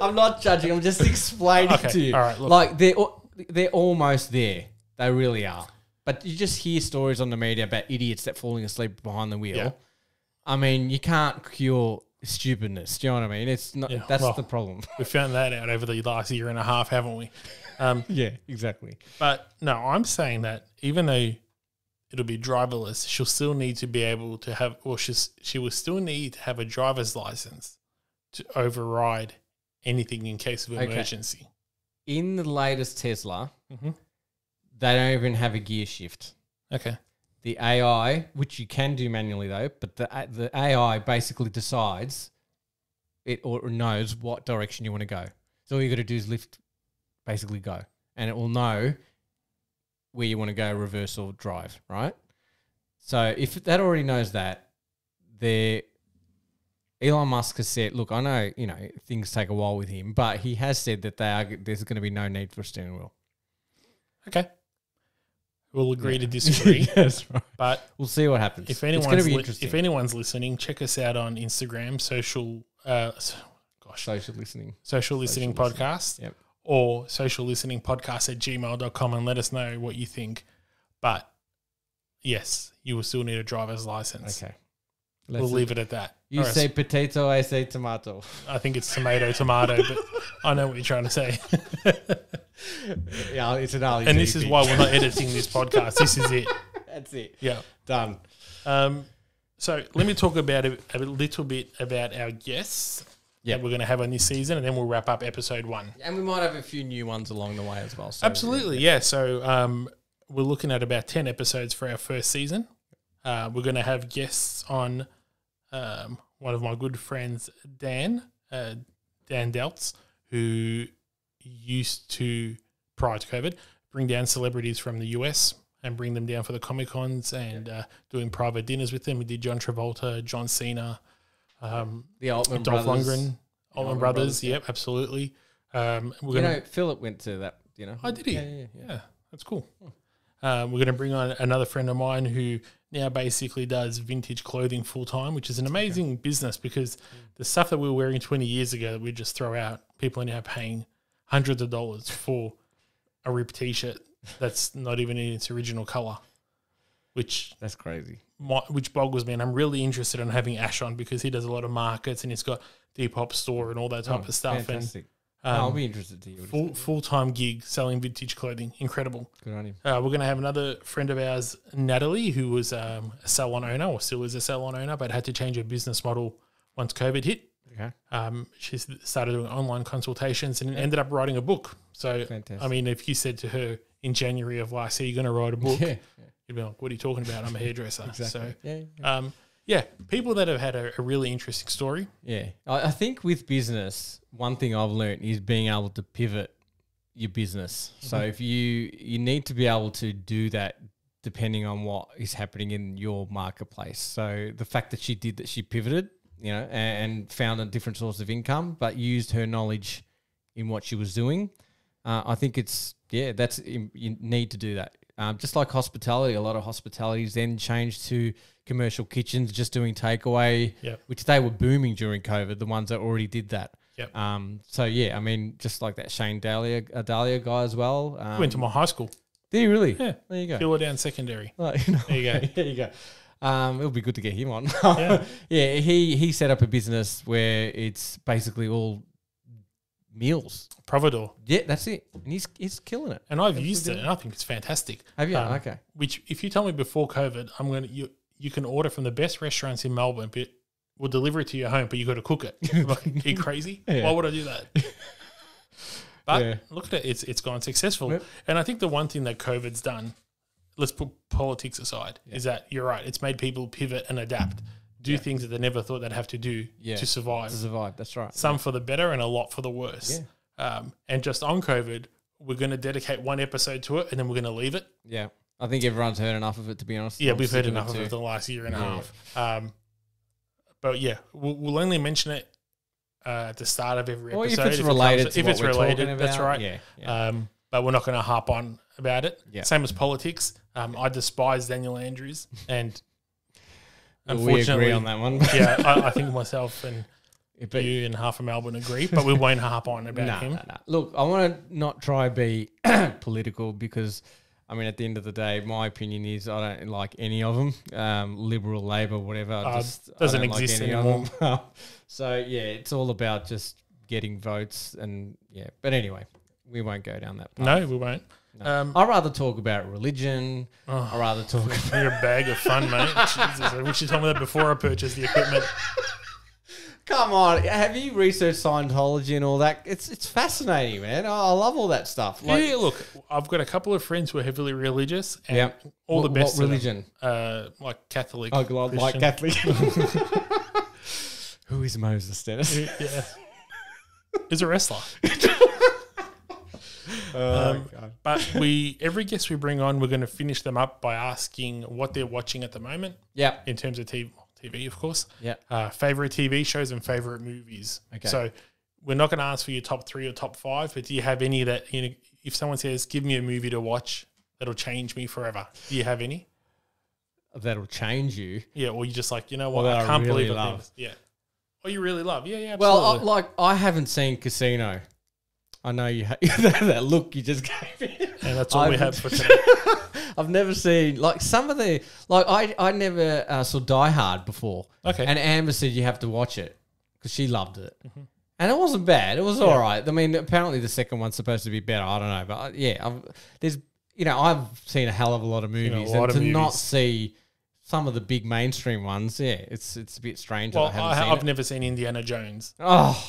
Speaker 2: I'm not judging. I'm just explaining
Speaker 1: Okay,
Speaker 2: to you.
Speaker 1: all right, look.
Speaker 2: Like they're al- they're almost there. They really are. But you just hear stories on the media about idiots that falling asleep behind the wheel.
Speaker 1: Yeah.
Speaker 2: I mean, you can't cure stupidness. Do you know what I mean? It's not.
Speaker 1: Yeah,
Speaker 2: that's
Speaker 1: well.
Speaker 2: the problem.
Speaker 1: we found that out over the last year and a half, haven't we? Um,
Speaker 2: yeah, exactly.
Speaker 1: but no, I'm saying that even though it'll be driverless, she'll still need to be able to have, or she she will still need to have a driver's license to override anything in case of
Speaker 2: Okay.
Speaker 1: emergency.
Speaker 2: In the latest Tesla,
Speaker 1: Mhm.
Speaker 2: they don't even have a gear shift.
Speaker 1: Okay.
Speaker 2: the AI, which you can do manually though, but the the AI basically decides it or knows what direction you want to go. So all you got to do is lift, basically go, and it will know where you want to go, reverse or drive, right? So if that already knows that, there, Elon Musk has said, look, I know you know things take a while with him, but he has said that they are there's going to be no need for a steering wheel.
Speaker 1: Okay. We'll agree to disagree.
Speaker 2: That's right.
Speaker 1: But
Speaker 2: We'll see what happens.
Speaker 1: if
Speaker 2: it's going
Speaker 1: anyone's
Speaker 2: to be
Speaker 1: li-
Speaker 2: interesting.
Speaker 1: if anyone's listening, check us out on Instagram, social, uh, s- gosh,
Speaker 2: social listening.
Speaker 1: social listening
Speaker 2: Social listening.
Speaker 1: podcast
Speaker 2: Yep.
Speaker 1: or social listening podcast at gmail.com and let us know what you think. But yes, you will still need a driver's license.
Speaker 2: Okay.
Speaker 1: We'll leave it at that.
Speaker 2: You
Speaker 1: Or else-
Speaker 2: say potato, I say tomato.
Speaker 1: I think it's tomato, tomato, but I know what you're trying to say.
Speaker 2: yeah, it's an Ali.
Speaker 1: And this is why we're not editing this podcast. This is it.
Speaker 2: That's it.
Speaker 1: Yeah.
Speaker 2: Done.
Speaker 1: Um, so let me talk about a, a little bit about our guests
Speaker 2: Yeah.
Speaker 1: that we're going to have on this season, and then we'll wrap up episode one.
Speaker 2: And we might have a few new ones along the way as well. So
Speaker 1: Absolutely, yeah. So um, we're looking at about ten episodes for our first season. Uh, we're going to have guests on um, one of my good friends, Dan uh, Dan Deltz, who used to prior to COVID bring down celebrities from the US and bring them down for the Comic Cons and uh, doing private dinners with them. We did John Travolta, John Cena, um,
Speaker 2: The Altman
Speaker 1: Dolph
Speaker 2: brothers.
Speaker 1: Lundgren, Allman
Speaker 2: Allman
Speaker 1: Brothers.
Speaker 2: Brothers,
Speaker 1: Yep, absolutely. Um, we're
Speaker 2: You
Speaker 1: gonna,
Speaker 2: know, Philip went to that. You know.
Speaker 1: Oh, did he?
Speaker 2: Yeah, yeah, yeah.
Speaker 1: Yeah, that's cool. Um, we're going to bring on another friend of mine who now basically does vintage clothing full time, which is an amazing business because the stuff that we were wearing 20 years ago that we just throw out, people are now paying hundreds of dollars for a ripped t shirt that's not even in its original color, which
Speaker 2: That's crazy.
Speaker 1: my, which boggles me. And I'm really interested in having Ash on because he does a lot of markets and he's got Depop store and all that type
Speaker 2: Oh,
Speaker 1: of stuff.
Speaker 2: Fantastic.
Speaker 1: And
Speaker 2: I'll
Speaker 1: um,
Speaker 2: be interested to hear. What
Speaker 1: full full time gig selling vintage clothing, incredible.
Speaker 2: he's good on him.
Speaker 1: Uh, we're going to have another friend of ours, Natalie, who was um, a salon owner or still is a salon owner, but had to change her business model once COVID hit.
Speaker 2: Okay.
Speaker 1: Um, she s- started doing online consultations and ended up writing a book. So,
Speaker 2: Fantastic.
Speaker 1: I mean, if you said to her in January of last year, you're going to write a book,
Speaker 2: Yeah. yeah,
Speaker 1: you'd be like, what are you talking about? I'm a hairdresser.
Speaker 2: Exactly. yeah. yeah.
Speaker 1: So, um, yeah, people that have had a, a really interesting story.
Speaker 2: Yeah. I, I think with business, one thing I've learned is being able to pivot your business. So if you you need to be able to do that depending on what is happening in your marketplace. So the fact that she did that she pivoted, you know, and, and found a different source of income, but used her knowledge in what she was doing. Uh, I think it's yeah, that's you you need to do that. Um, just like hospitality, a lot of hospitalities then changed to commercial kitchens, just doing takeaway,
Speaker 1: Yep.
Speaker 2: which they were booming during COVID. The ones that already did that.
Speaker 1: Yep.
Speaker 2: Um, so yeah, I mean, just like that Shane Dahlia, uh, Dahlia guy as well. Um,
Speaker 1: Went to my high school,
Speaker 2: did he really?
Speaker 1: Yeah.
Speaker 2: There you go.
Speaker 1: Pillar Down Secondary.
Speaker 2: Like, you know,
Speaker 1: There you go.
Speaker 2: there you go. Um, it'll be good to get him on. yeah. he he set up a business where it's basically all meals.
Speaker 1: Providor.
Speaker 2: Yeah, that's it, and he's he's killing it.
Speaker 1: And I've used it and I think it's fantastic.
Speaker 2: Have you?
Speaker 1: Um,
Speaker 2: okay.
Speaker 1: which if you tell me before COVID, I'm gonna you you can order from the best restaurants in Melbourne, but we'll deliver it to your home, but you got to cook it. I'm like, Are you crazy?
Speaker 2: Yeah.
Speaker 1: Why would I do that? But
Speaker 2: Yeah.
Speaker 1: look at it, it's it's gone successful.
Speaker 2: Yep.
Speaker 1: And I think the one thing that COVID's done, let's put politics aside, is that you're right. It's made people pivot and adapt, do things that they never thought they'd have to do
Speaker 2: Yeah.
Speaker 1: to survive
Speaker 2: To survive. That's right.
Speaker 1: some for the better and a lot for the worse. Um, and just on COVID, we're going to dedicate one episode to it and then we're going to leave it.
Speaker 2: Yeah. I think everyone's heard enough of it, to be honest.
Speaker 1: Yeah,
Speaker 2: I'm
Speaker 1: we've
Speaker 2: sick
Speaker 1: heard enough of
Speaker 2: too.
Speaker 1: it the last year and a
Speaker 2: Yeah.
Speaker 1: half. Um, but yeah, we'll, we'll only mention it uh, at the start of every
Speaker 2: Or if
Speaker 1: episode.
Speaker 2: it's
Speaker 1: it
Speaker 2: related
Speaker 1: comes-
Speaker 2: to
Speaker 1: if
Speaker 2: what
Speaker 1: it's
Speaker 2: we're
Speaker 1: related,
Speaker 2: talking
Speaker 1: that's
Speaker 2: about,
Speaker 1: right.
Speaker 2: yeah,
Speaker 1: Um, but we're not going to harp on about it.
Speaker 2: Yeah.
Speaker 1: Same as politics. Um, I despise Daniel Andrews, and
Speaker 2: We
Speaker 1: unfortunately,
Speaker 2: agree on that one.
Speaker 1: yeah, I, I think myself and
Speaker 2: But-
Speaker 1: you and half of Melbourne agree, but we won't harp on about
Speaker 2: No,
Speaker 1: him.
Speaker 2: no, no. Look, I want to not try be political because, I mean, at the end of the day, my opinion is I don't like any of them. Um, liberal, Labor, whatever, I
Speaker 1: Uh,
Speaker 2: just I
Speaker 1: doesn't
Speaker 2: don't like
Speaker 1: exist
Speaker 2: any of
Speaker 1: anymore.
Speaker 2: them. Um, so yeah, it's all about just getting votes and yeah. But anyway, we won't go down that path.
Speaker 1: No, we won't. Um,
Speaker 2: I rather talk about religion. I rather talk.
Speaker 1: you're a bag of fun, mate. Jesus, I wish you told me that before I purchased the equipment.
Speaker 2: Come on, have you researched Scientology and all that? It's it's fascinating, man. I, I love all that stuff. Like,
Speaker 1: yeah, look, I've got a couple of friends who are heavily religious, and
Speaker 2: Yep.
Speaker 1: all the
Speaker 2: What-
Speaker 1: best.
Speaker 2: what
Speaker 1: to them.
Speaker 2: religion?
Speaker 1: Uh, like Catholic.
Speaker 2: I like
Speaker 1: Christian.
Speaker 2: Catholic. Who is Moses Dennis?
Speaker 1: yeah. Is a wrestler,
Speaker 2: Um,
Speaker 1: but we every guest we bring on, we're going to finish them up by asking what they're watching at the moment
Speaker 2: yeah.
Speaker 1: in terms of TV, TV of course.
Speaker 2: Yeah.
Speaker 1: uh, favorite TV shows and favorite movies.
Speaker 2: Okay.
Speaker 1: So we're not going to ask for your top three or top five, but do you have any that you know? If someone says, "Give me a movie to watch that'll change me forever," do you have any?
Speaker 2: That'll change you.
Speaker 1: Yeah, or you just like, you know what?
Speaker 2: that
Speaker 1: I
Speaker 2: I
Speaker 1: can't
Speaker 2: really
Speaker 1: believe
Speaker 2: love.
Speaker 1: it. Yeah. Or you really love? Yeah, yeah.
Speaker 2: Well, I,
Speaker 1: absolutely.
Speaker 2: like I haven't seen Casino. I know you ha- that, that look you just gave me.
Speaker 1: and that's all we
Speaker 2: I've-
Speaker 1: have for today.
Speaker 2: I've never seen like some of the like I I never uh, saw Die Hard before.
Speaker 1: Okay. Mm-hmm.
Speaker 2: And Amber said you have to watch it because she loved it, and it wasn't bad. It was all right. I mean, apparently the second one's supposed to be better. I don't know, but uh, yeah, I've, there's you know I've seen a hell of a lot of movies,
Speaker 1: lot
Speaker 2: and
Speaker 1: of
Speaker 2: to not
Speaker 1: movies.
Speaker 2: see some of the big mainstream ones, yeah, it's it's a bit strange. that
Speaker 1: Well,
Speaker 2: I haven't
Speaker 1: I,
Speaker 2: seen
Speaker 1: I've
Speaker 2: it.
Speaker 1: never seen Indiana Jones,
Speaker 2: oh,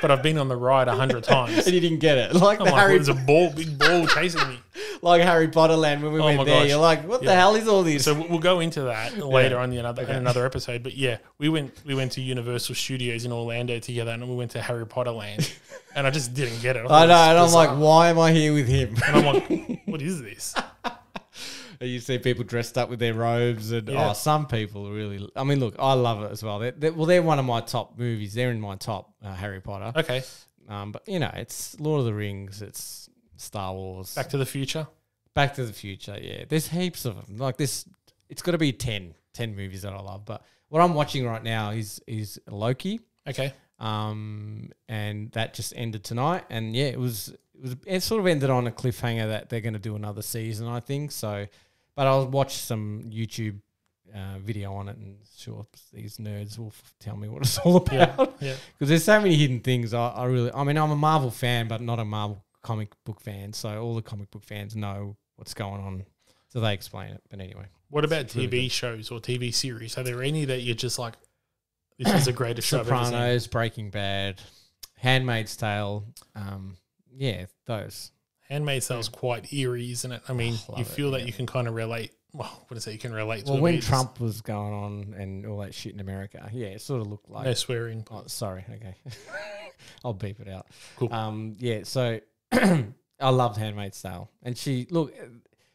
Speaker 1: but I've been on the ride a hundred times.
Speaker 2: and you didn't get it like
Speaker 1: I'm
Speaker 2: the
Speaker 1: like,
Speaker 2: Harry
Speaker 1: there's a ball, big ball chasing me.
Speaker 2: like Harry Potter land when we
Speaker 1: Oh my
Speaker 2: went there.
Speaker 1: gosh.
Speaker 2: You're like, what the hell is all this?
Speaker 1: So we- we'll go into that later on the another in another episode. But yeah, we went we went to Universal Studios in Orlando together, and we went to Harry Potter Land, and I just didn't get it.
Speaker 2: I know,
Speaker 1: thought
Speaker 2: and
Speaker 1: it
Speaker 2: I'm
Speaker 1: was
Speaker 2: like, why am I here with him?
Speaker 1: bizarre. and I'm like, what is this?
Speaker 2: you see people dressed up with their robes, and
Speaker 1: Yeah.
Speaker 2: oh, some people really. I mean, look, I love it as well. They're, they're- well, they're one of my top movies. They're in my top uh, Harry Potter.
Speaker 1: Okay,
Speaker 2: Um, but you know, it's Lord of the Rings, it's Star Wars,
Speaker 1: Back to the Future.
Speaker 2: Back to the Future. Yeah, there's heaps of them. Like this, it's got to be 10, 10 movies that I love. But what I'm watching right now is is Loki,
Speaker 1: Okay,
Speaker 2: um, and that just ended tonight. And yeah, it was it was it sort of ended on a cliffhanger that they're going to do another season, I think. So, but I'll watch some YouTube. Uh, video on it, and sure, these nerds will f- tell me what it's all
Speaker 1: Yeah.
Speaker 2: about
Speaker 1: yeah,
Speaker 2: because there's so many hidden things. I, I really, I mean, I'm a Marvel fan, but not a Marvel comic book fan. So all the comic book fans know what's going on, so they explain it. But anyway,
Speaker 1: What about
Speaker 2: really
Speaker 1: TV shows or TV series? Are there any that you're just like, this is the greatest show I've ever seen?
Speaker 2: Sopranos, Breaking Bad, Handmaid's Tale, um, yeah, those.
Speaker 1: Handmaid's Tale's quite eerie, isn't it? I mean,
Speaker 2: love
Speaker 1: you
Speaker 2: it,
Speaker 1: feel that you can kind of relate. Well, what is it? You can relate.
Speaker 2: Well,
Speaker 1: to it,
Speaker 2: when
Speaker 1: but it's
Speaker 2: Trump was going on and all that shit in America, yeah, it sort of looked like
Speaker 1: no swearing.
Speaker 2: Oh, sorry. Okay. I'll beep it out.
Speaker 1: Cool.
Speaker 2: Um, yeah. So I loved Handmaid's Tale. And she, look,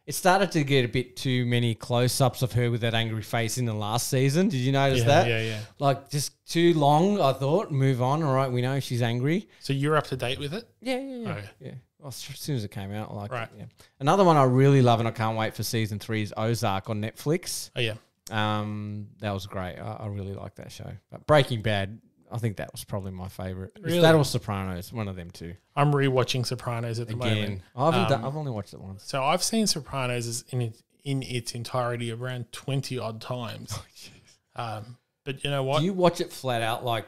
Speaker 2: it started to get a bit too many close ups of her with that angry face in the last season. Did you notice
Speaker 1: Yeah,
Speaker 2: that?
Speaker 1: yeah, yeah.
Speaker 2: Like just too long, I thought. Move on. All right. We know she's angry.
Speaker 1: So you're up to date with it. Oh,
Speaker 2: Yeah. Yeah. Yeah.
Speaker 1: Okay.
Speaker 2: yeah. Well, as soon as it came out, I liked
Speaker 1: Right.
Speaker 2: it. Yeah. Another one I really love and I can't wait for season three is Ozark on Netflix.
Speaker 1: Oh yeah,
Speaker 2: Um, that was great. I, I really like that show. But Breaking Bad, I think that was probably my favorite. It's
Speaker 1: Really?
Speaker 2: That or Sopranos, one of them two.
Speaker 1: I'm rewatching Sopranos at the moment.
Speaker 2: Again, I haven't.
Speaker 1: Um,
Speaker 2: done, I've only watched it once.
Speaker 1: So I've seen Sopranos as in it, in its entirety around twenty odd times. um, but you know what?
Speaker 2: Oh, Do you watch it flat out, like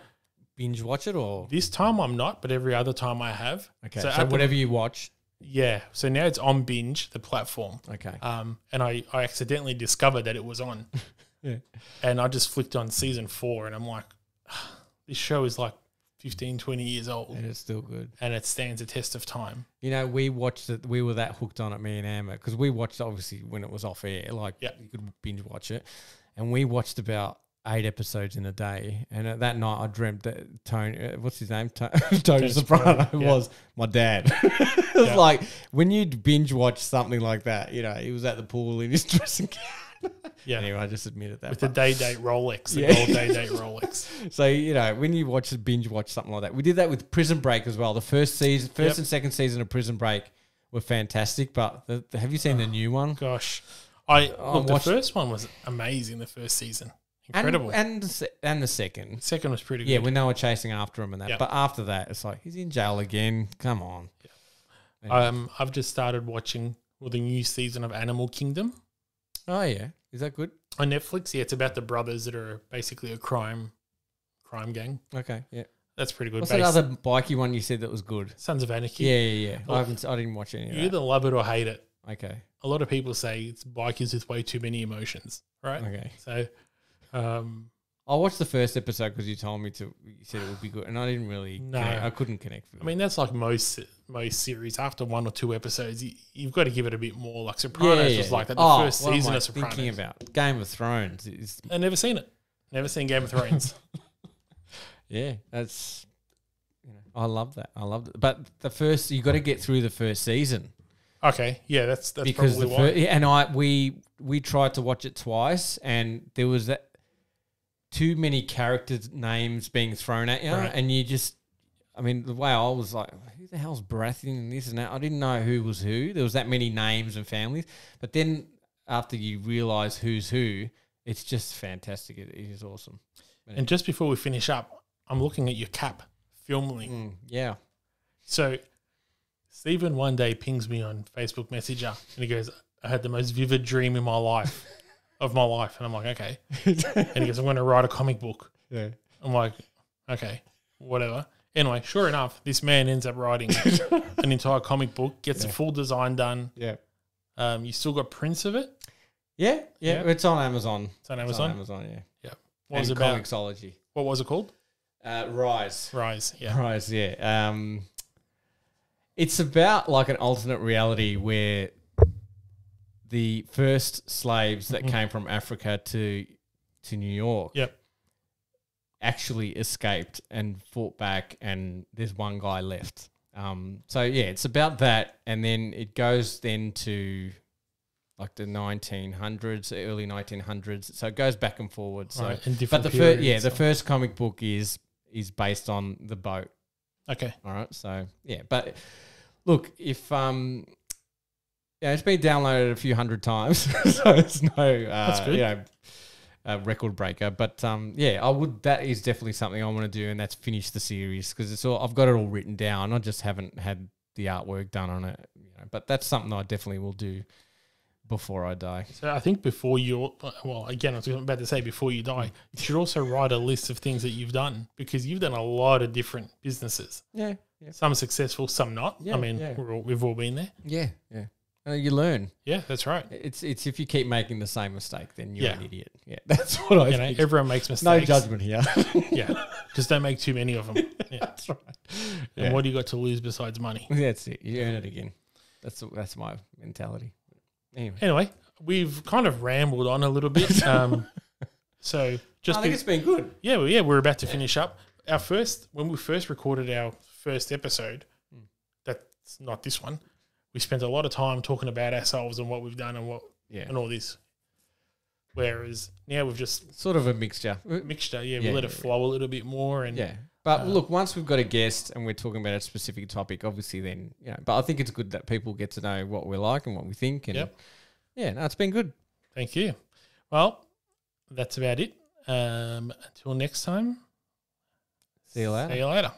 Speaker 2: binge watch it, or
Speaker 1: this time I'm not, but every other time I have.
Speaker 2: okay?
Speaker 1: So,
Speaker 2: So,
Speaker 1: at the-
Speaker 2: whatever you watch,
Speaker 1: yeah. So now it's on binge, the platform.
Speaker 2: okay.
Speaker 1: um, and I, I accidentally discovered that it was on.
Speaker 2: Yeah.
Speaker 1: And I just flicked on season four and I'm like, this show is like 15, 20 years old
Speaker 2: and it's still good.
Speaker 1: and it stands a test of time.
Speaker 2: You know, we watched it. We were that hooked on it, me and Amber, because we watched obviously when it was off air. Like
Speaker 1: Yeah.
Speaker 2: you could binge watch it, and we watched about eight episodes in a day. And at that night, I dreamt that Tony, uh, what's his name, To- Tony, Soprano,
Speaker 1: Soprano, yeah.
Speaker 2: was my dad. it was
Speaker 1: Yeah.
Speaker 2: like when you binge watch something like that. You know, he was at the pool in his dressing gown.
Speaker 1: Yeah.
Speaker 2: Anyway, I just admitted that.
Speaker 1: With the
Speaker 2: but-
Speaker 1: day date Rolex, the
Speaker 2: Uh, Yeah.
Speaker 1: gold day date Rolex.
Speaker 2: so you know when you watch binge watch something like that, we did that with Prison Break as well. The first season, first
Speaker 1: Yep.
Speaker 2: and second season of Prison Break were fantastic. But the, the- have you seen the new one?
Speaker 1: Gosh. I
Speaker 2: I
Speaker 1: look, the
Speaker 2: watched-
Speaker 1: first one was amazing, the first season.
Speaker 2: And-
Speaker 1: Incredible.
Speaker 2: And the se- and the second,
Speaker 1: Second was pretty good.
Speaker 2: yeah, when they were chasing after him and that.
Speaker 1: Yep.
Speaker 2: But after that, it's like he's in jail again. Come on,
Speaker 1: um, I've just started watching well, the new season of Animal Kingdom
Speaker 2: oh yeah, is that good?
Speaker 1: on Netflix. Yeah, it's about the brothers that are basically a crime crime gang.
Speaker 2: Okay, yeah.
Speaker 1: That's pretty good.
Speaker 2: What's
Speaker 1: based-
Speaker 2: that other bikey one you said that was good?
Speaker 1: Sons of Anarchy.
Speaker 2: Yeah, yeah, yeah.
Speaker 1: Well,
Speaker 2: I haven't. I didn't watch any
Speaker 1: You
Speaker 2: of that.
Speaker 1: either love it or hate it.
Speaker 2: Okay,
Speaker 1: A lot of people say it's bikers with way too many emotions, right?
Speaker 2: okay.
Speaker 1: So, um,
Speaker 2: I watched the first episode because you told me to. You said it would be good, and I didn't really.
Speaker 1: No.
Speaker 2: connect- I couldn't connect.
Speaker 1: I
Speaker 2: With it.
Speaker 1: mean, that's like most most series. After one or two episodes, you, you've got to give it a bit more. Like Sopranos was like that. The
Speaker 2: Oh,
Speaker 1: first
Speaker 2: what am
Speaker 1: season
Speaker 2: I
Speaker 1: of Sopranos.
Speaker 2: Thinking about Game of Thrones is
Speaker 1: I've never seen it. Never seen Game of Thrones.
Speaker 2: yeah, that's you know, I love that. I love that. But the first you got to get through the first season
Speaker 1: okay, yeah, that's that's
Speaker 2: because the
Speaker 1: probably why.
Speaker 2: first, and I we we tried to watch it twice and there was that too many character names being thrown at you
Speaker 1: Right.
Speaker 2: and you just I mean the way I was like who the hell's Baratheon and this and that I didn't know who was who there was that many names and families but then after you realize who's who it's just fantastic it, it is awesome
Speaker 1: and just before we finish up, I'm looking at your cap film link.
Speaker 2: Mm, yeah
Speaker 1: So Stephen one day pings me on Facebook Messenger and he goes, I had the most vivid dream in my life of my life. And I'm like, okay. And he goes, I'm going to write a comic book.
Speaker 2: yeah
Speaker 1: I'm like, okay, whatever. Anyway, sure enough, this man ends up writing an entire comic book, gets the full design done.
Speaker 2: yeah
Speaker 1: Um, you still got prints of it.
Speaker 2: Yeah, yeah,
Speaker 1: Yeah.
Speaker 2: it's on Amazon.
Speaker 1: It's on
Speaker 2: It's
Speaker 1: Amazon.
Speaker 2: on Amazon, yeah.
Speaker 1: Yeah. What was, it
Speaker 2: and
Speaker 1: about,
Speaker 2: Comixology.
Speaker 1: what was it called?
Speaker 2: Uh, Rise.
Speaker 1: Rise. Yeah.
Speaker 2: Rise, yeah. Um, it's about like an alternate reality where the first slaves that came from Africa to to New York
Speaker 1: Mm-hmm. Yep.
Speaker 2: actually escaped and fought back, and there's one guy left. Um, so yeah, it's about that, and then it goes then to like the 1900s, early 1900s. So it goes back and forward. So,
Speaker 1: Right, and
Speaker 2: but
Speaker 1: different
Speaker 2: the first, yeah,
Speaker 1: periods,
Speaker 2: the
Speaker 1: so-
Speaker 2: first comic book is is based on the boat.
Speaker 1: Okay.
Speaker 2: All right. So yeah, but look, if um, yeah, it's been downloaded a few hundred times, so it's no uh,
Speaker 1: good.
Speaker 2: you know a record breaker. But um, yeah, I would. That is definitely something I want to do, and that's finish the series because it's all I've got it all written down. I just haven't had the artwork done on it. You know, but that's something I definitely will do before I die.
Speaker 1: So I think before you, well, again, I was about to say before you die, you should also write a list of things that you've done because you've done a lot of different businesses.
Speaker 2: Yeah, yeah,
Speaker 1: Some successful, some not.
Speaker 2: Yeah,
Speaker 1: I mean,
Speaker 2: yeah.
Speaker 1: we're all, we've all been there.
Speaker 2: yeah, yeah. Uh, you learn.
Speaker 1: Yeah, that's right.
Speaker 2: It's it's if you keep making the same mistake, then you're
Speaker 1: Yeah.
Speaker 2: an idiot. Yeah, that's what I.
Speaker 1: You know,
Speaker 2: think.
Speaker 1: everyone makes
Speaker 2: no
Speaker 1: mistakes.
Speaker 2: judgment here.
Speaker 1: Yeah, just don't make too many of them. Yeah.
Speaker 2: That's right.
Speaker 1: And
Speaker 2: Yeah.
Speaker 1: what do you got to lose besides money?
Speaker 2: That's it. You earn it again. That's that's my mentality. Anyway,
Speaker 1: Anyway, we've kind of rambled on a little bit. Um, so just
Speaker 2: I think
Speaker 1: be-
Speaker 2: it's been good.
Speaker 1: Yeah, well, yeah, we're about to finish up. Our first, when we first recorded our first episode,
Speaker 2: Hmm.
Speaker 1: that's not this one. We spent a lot of time talking about ourselves and what we've done and what
Speaker 2: Yeah,
Speaker 1: and all this. Whereas now we've just
Speaker 2: sort of a mixture.
Speaker 1: mixed it. Yeah,
Speaker 2: Yeah,
Speaker 1: we let
Speaker 2: yeah,
Speaker 1: it flow a little bit more. And
Speaker 2: Yeah, but look, once we've got a guest and we're talking about a specific topic, obviously, then you know. But I think it's good that people get to know what we're like and what we think. And
Speaker 1: Yep.
Speaker 2: yeah, no, it's been good.
Speaker 1: thank you. Well, that's about it. Um, until next time.
Speaker 2: See you later.
Speaker 1: See you later.